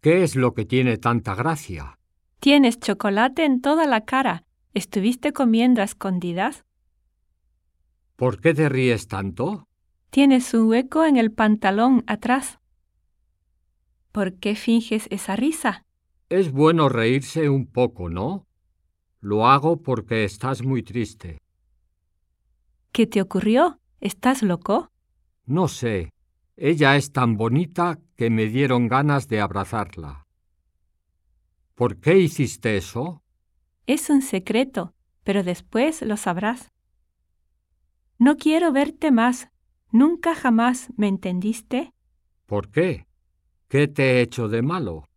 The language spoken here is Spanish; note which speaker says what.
Speaker 1: ¿Qué es lo que tiene tanta gracia?
Speaker 2: Tienes chocolate en toda la cara. ¿Estuviste comiendo a escondidas?
Speaker 1: ¿Por qué te ríes tanto?
Speaker 2: Tienes un hueco en el pantalón atrás. ¿Por qué finges esa risa?
Speaker 1: Es bueno reírse un poco, ¿no? Lo hago porque estás muy triste.
Speaker 2: ¿Qué te ocurrió? ¿Estás loco?
Speaker 1: No sé. Ella es tan bonita que me dieron ganas de abrazarla. ¿Por qué hiciste eso?
Speaker 2: Es un secreto, pero después lo sabrás. No quiero verte más. Nunca jamás me entendiste.
Speaker 1: ¿Por qué? ¿Qué te he hecho de malo?